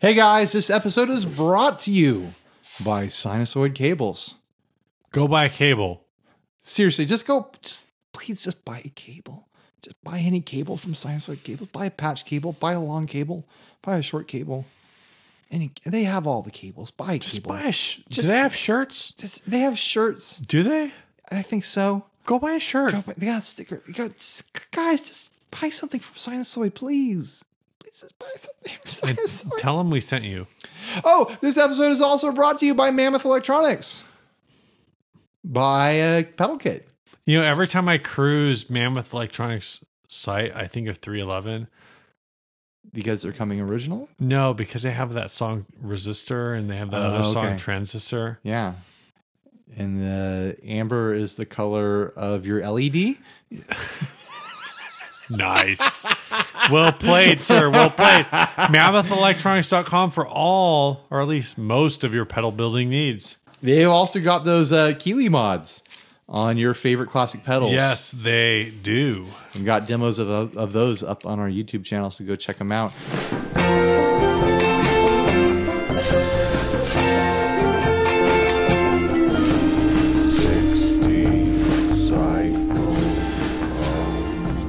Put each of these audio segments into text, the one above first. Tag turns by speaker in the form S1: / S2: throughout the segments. S1: Hey guys, this episode is brought to you by Sinusoid Cables.
S2: Go buy a cable.
S1: Seriously, just go, just please just buy a cable. Just buy any cable from Sinusoid Cables. Buy a patch cable, buy a long cable, buy a short cable. Any, they have all the cables. Buy a
S2: Just
S1: cable.
S2: buy a sh-
S1: Just-
S2: Do they have shirts?
S1: Just- they have shirts.
S2: Do they?
S1: I think so.
S2: Go buy a shirt.
S1: Go- They got sticker. They got, guys, just buy something from Sinusoid, please. Please just buy something from
S2: and
S1: Sinusoid.
S2: tell them we sent you.
S1: Oh, this episode is also brought to you by Mammoth Electronics. By a pedal kit.
S2: You know, every time I cruise Mammoth Electronics site, I think of 311.
S1: Because they're coming original?
S2: No, because they have that song Resistor and they have that
S1: Oh,
S2: other song
S1: okay.
S2: Transistor.
S1: Yeah. And the amber is the color of your E LED.
S2: Nice. well played, sir. Well played. MammothElectronics.com for all, or at least most of your pedal building needs.
S1: They've also got those uh, Keeley mods on your favorite classic pedals.
S2: Yes, they do.
S1: We've got demos of, of those up on our YouTube channel, so go check them out.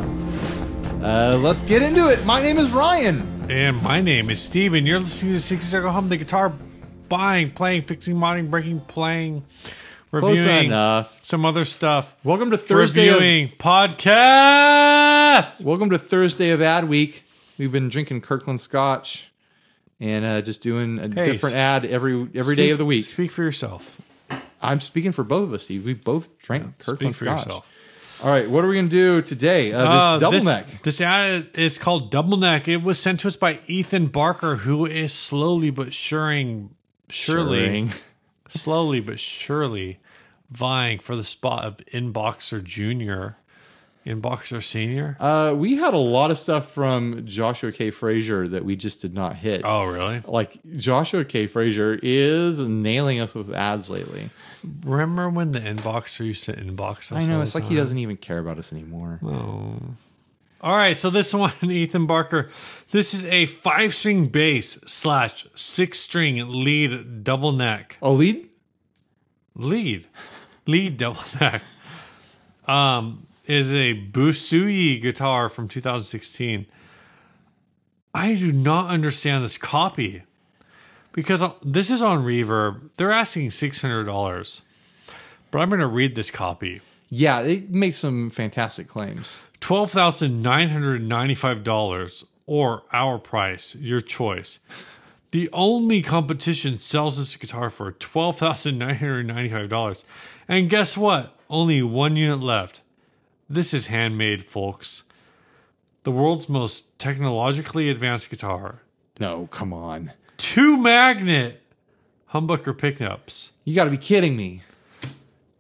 S1: Uh, let's get into it. My name is Ryan.
S2: And my name is Steve, and you're listening to 60 Circle Home, the guitar buying, playing, fixing, modding, breaking, playing,
S1: Close
S2: reviewing,
S1: enough.
S2: some other stuff.
S1: Welcome to Thursday. Of,
S2: Reviewing podcast.
S1: welcome to Thursday of Ad Week. We've been drinking Kirkland Scotch and uh, just doing a
S2: Hey,
S1: different
S2: s-
S1: ad every every day of the week.
S2: Speak for yourself.
S1: I'm speaking for both of us, Steve. We both drank Kirkland
S2: speak for
S1: Scotch.
S2: yourself.
S1: All right, what are we gonna do today? Uh, this
S2: Uh,
S1: double
S2: this,
S1: neck.
S2: This ad is called Double Neck. It was sent to us by Ethan Barker, who is slowly but suring, surely,
S1: Ring.
S2: slowly but surely vying for the spot of Inboxer Junior, Inboxer Senior.
S1: Uh, we had a lot of stuff from Joshua K. Frazier that we just did not hit.
S2: oh, really?
S1: Like Joshua K. Frazier is nailing us with ads lately.
S2: Remember when the Inboxer used to inbox us?
S1: I know
S2: all
S1: it's
S2: the
S1: like he doesn't even care about us anymore.
S2: All right, so this one, Ethan Barker. This is a five string bass slash six string lead double neck.
S1: A lead?
S2: Lead. Lead double neck. Um, is a Busui guitar from 2016. I do not understand this copy because uh, this is on Reverb. They're asking $600, but I'm going to read this copy.
S1: Yeah, it makes some fantastic claims.
S2: $12,995 or our price, your choice. The only competition sells this guitar for $12,995. And guess what? Only one unit left. This is handmade, folks. The world's most technologically advanced guitar.
S1: No, come on.
S2: Two magnet humbucker pickups,
S1: You got to be kidding me.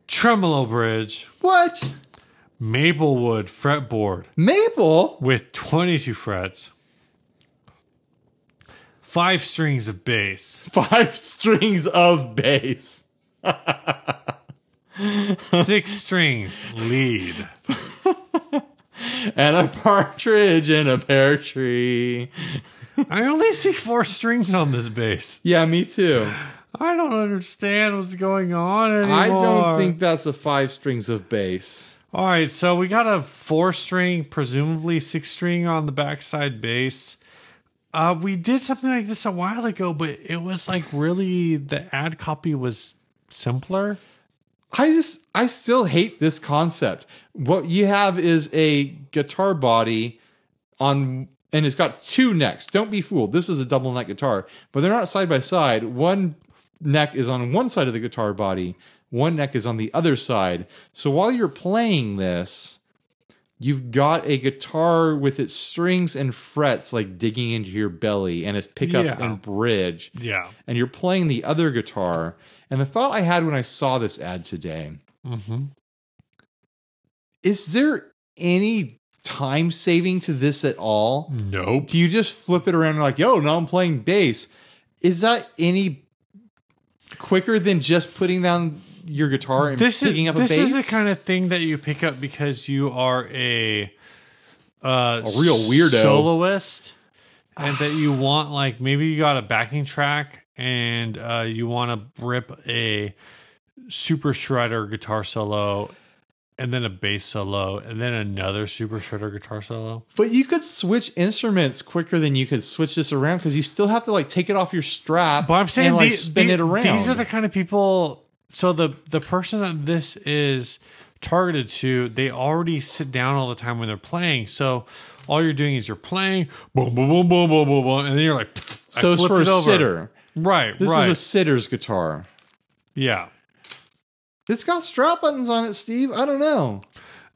S2: tremolo bridge,
S1: What?
S2: maplewood fretboard,
S1: Maple?
S2: with 22 frets, five strings of bass,
S1: Five strings of bass.
S2: six strings lead,
S1: And a partridge in a pear tree.
S2: I only see four strings on this bass.
S1: Yeah, me too.
S2: I don't understand what's going on anymore.
S1: I don't think that's a five strings of bass.
S2: All right, so we got a four string, presumably six string on the backside bass. Uh, we did something like this a while ago, but it was like really the ad copy was simpler.
S1: I just, I still hate this concept. What you have is a guitar body on, and it's got two necks. Don't be fooled. This is a double neck guitar, but they're not side by side. One neck is on one side of the guitar body, one neck is on the other side. So while you're playing this, you've got a guitar with its strings and frets like digging into your belly and its pickup
S2: Yeah.
S1: and bridge.
S2: Yeah.
S1: and you're playing the other guitar. And the thought I had when I saw this ad today
S2: Mm-hmm.
S1: is there any time saving to this at all?
S2: Nope.
S1: Do you just flip it around and like, yo, now I'm playing bass? Is that any quicker than just putting down your guitar and
S2: this
S1: picking
S2: is,
S1: up a
S2: this
S1: bass?
S2: is the kind of thing that you pick up because you are a uh,
S1: A real weirdo.
S2: soloist and that you want like maybe you got a backing track and uh, you want to rip a super shredder guitar solo and then a bass solo and then another super shredder guitar solo
S1: But you could switch instruments quicker than you could switch this around because you still have to like take it off your strap.
S2: but i'm saying
S1: and, like
S2: the-
S1: spin
S2: the-
S1: it around.
S2: these are the kind of people so the the person that this is targeted to they already sit down all the time when they're playing so all you're doing is you're playing boom boom boom boom boom boom, boom and then you're like "Pfft, I
S1: so it's
S2: flipped
S1: for a
S2: it over."
S1: sitter.
S2: right
S1: This
S2: right
S1: is a sitter's guitar.
S2: yeah
S1: It's got strap buttons on it, Steve. I don't know.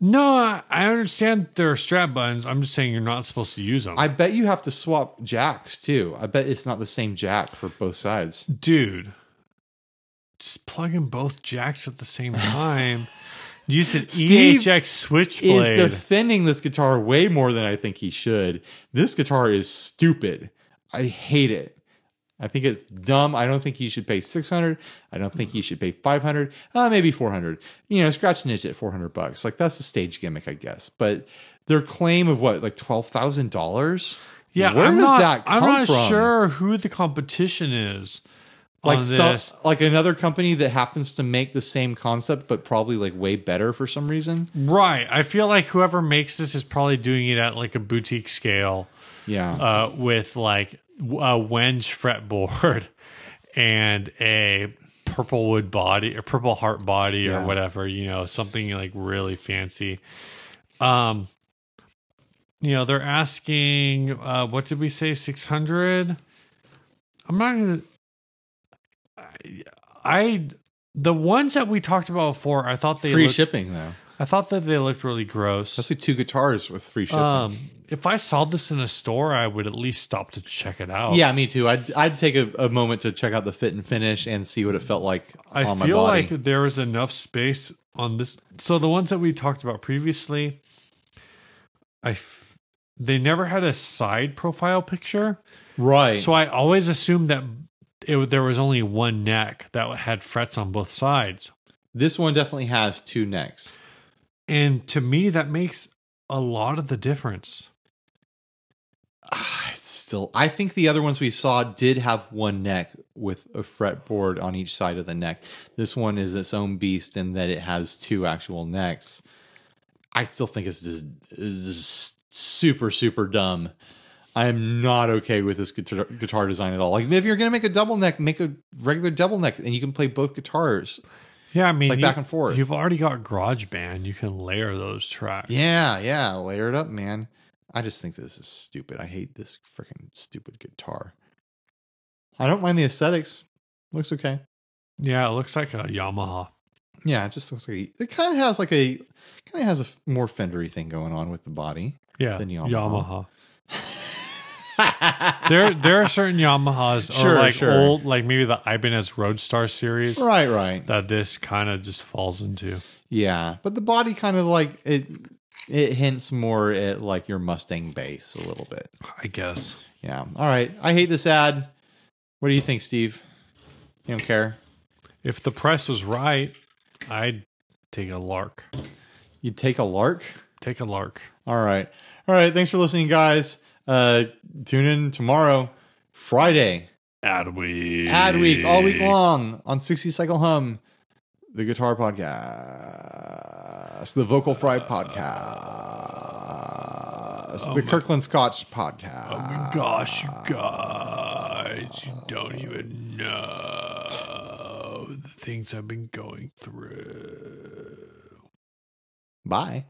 S2: No, I- I understand there are strap buttons. I'm just saying you're not supposed to use them.
S1: I bet you have to swap jacks too. I bet it's not the same jack for both sides.
S2: Dude, just plug in both jacks at the same time. use an
S1: Steve
S2: EHX
S1: Is
S2: switchblade.
S1: defending this guitar way more than I think he should. This guitar is stupid. I hate it. I think it's dumb. I don't think he should pay 600. I don't think he should pay 500. Uh, maybe 400. You know, scratch an itch at 400 bucks. Like that's a stage gimmick, I guess. But their claim of what, like $12,000?
S2: yeah,
S1: Where
S2: I'm
S1: does
S2: not,
S1: that come
S2: I'm not
S1: from?
S2: sure who the competition is
S1: like
S2: on
S1: some-
S2: this.
S1: like another company that happens to make the same concept but probably like way better for some reason.
S2: right. I feel like whoever makes this is probably doing it at like a boutique scale.
S1: Yeah.
S2: uh, with like w- a Wenge fretboard and a purple wood body or purple heart body
S1: Yeah.
S2: or whatever, you know, something like really fancy. Um, you know, they're asking, uh, what did we say? 600? I'm not going to, I, the ones that we talked about before, I thought they,
S1: free
S2: looked,
S1: shipping though.
S2: I thought that they looked really gross.
S1: That's like two guitars with free shipping.
S2: Um, if I saw this in a store, I would at least stop to check it out.
S1: yeah, me too. I'd I'd take a, a moment to check out the fit and finish and see what it felt like
S2: I
S1: on my
S2: feel
S1: body.
S2: like there is enough space on this. So the ones that we talked about previously, I f- they never had a side profile picture,
S1: right.
S2: so I always assumed that it, w- there was only one neck that had frets on both sides.
S1: this one definitely has two necks.
S2: And to me, that makes a lot of the difference.
S1: Ah, it's Still, I think the other ones we saw did have one neck with a fretboard on each side of the neck. This one is its own beast in that it has two actual necks. I still think it's just, it's just super, super dumb. I am not okay with this guitar, guitar design at all. Like, if you're going to make a double neck, make a regular double neck and you can play both guitars.
S2: Yeah, I mean,
S1: Like back and forth.
S2: You've already got GarageBand; you can layer those tracks.
S1: Yeah, yeah, layer it up, man. I just think this is stupid. I hate this freaking stupid guitar. I don't mind the aesthetics. Looks okay.
S2: yeah, it looks like a Yamaha.
S1: Yeah, it just looks like it kind of has like a kind of has a f- more fendery thing going on with the body.
S2: Yeah,
S1: than Yamaha.
S2: Yamaha. there there are certain Yamahas
S1: Sure,
S2: or like
S1: sure.
S2: old like maybe the Ibanez Roadstar series
S1: right, right.
S2: that this kind of just falls into.
S1: Yeah, but the body kind of like it. It hints more at like your Mustang base a little bit.
S2: I guess.
S1: Yeah. All right. I hate this ad. What do you think, Steve? You don't care.
S2: If the price was right, I'd take a lark.
S1: You take a lark.
S2: Take a lark.
S1: All right. All right. Thanks for listening, guys. Uh, tune in tomorrow, Friday,
S2: Ad week.
S1: ad week, all week long on 60 Cycle Hum, the guitar podcast, the Vocal Fry podcast, the Kirkland Scotch
S2: Oh
S1: podcast.
S2: Gosh, you guys, you don't even know the things I've been going through.
S1: Bye.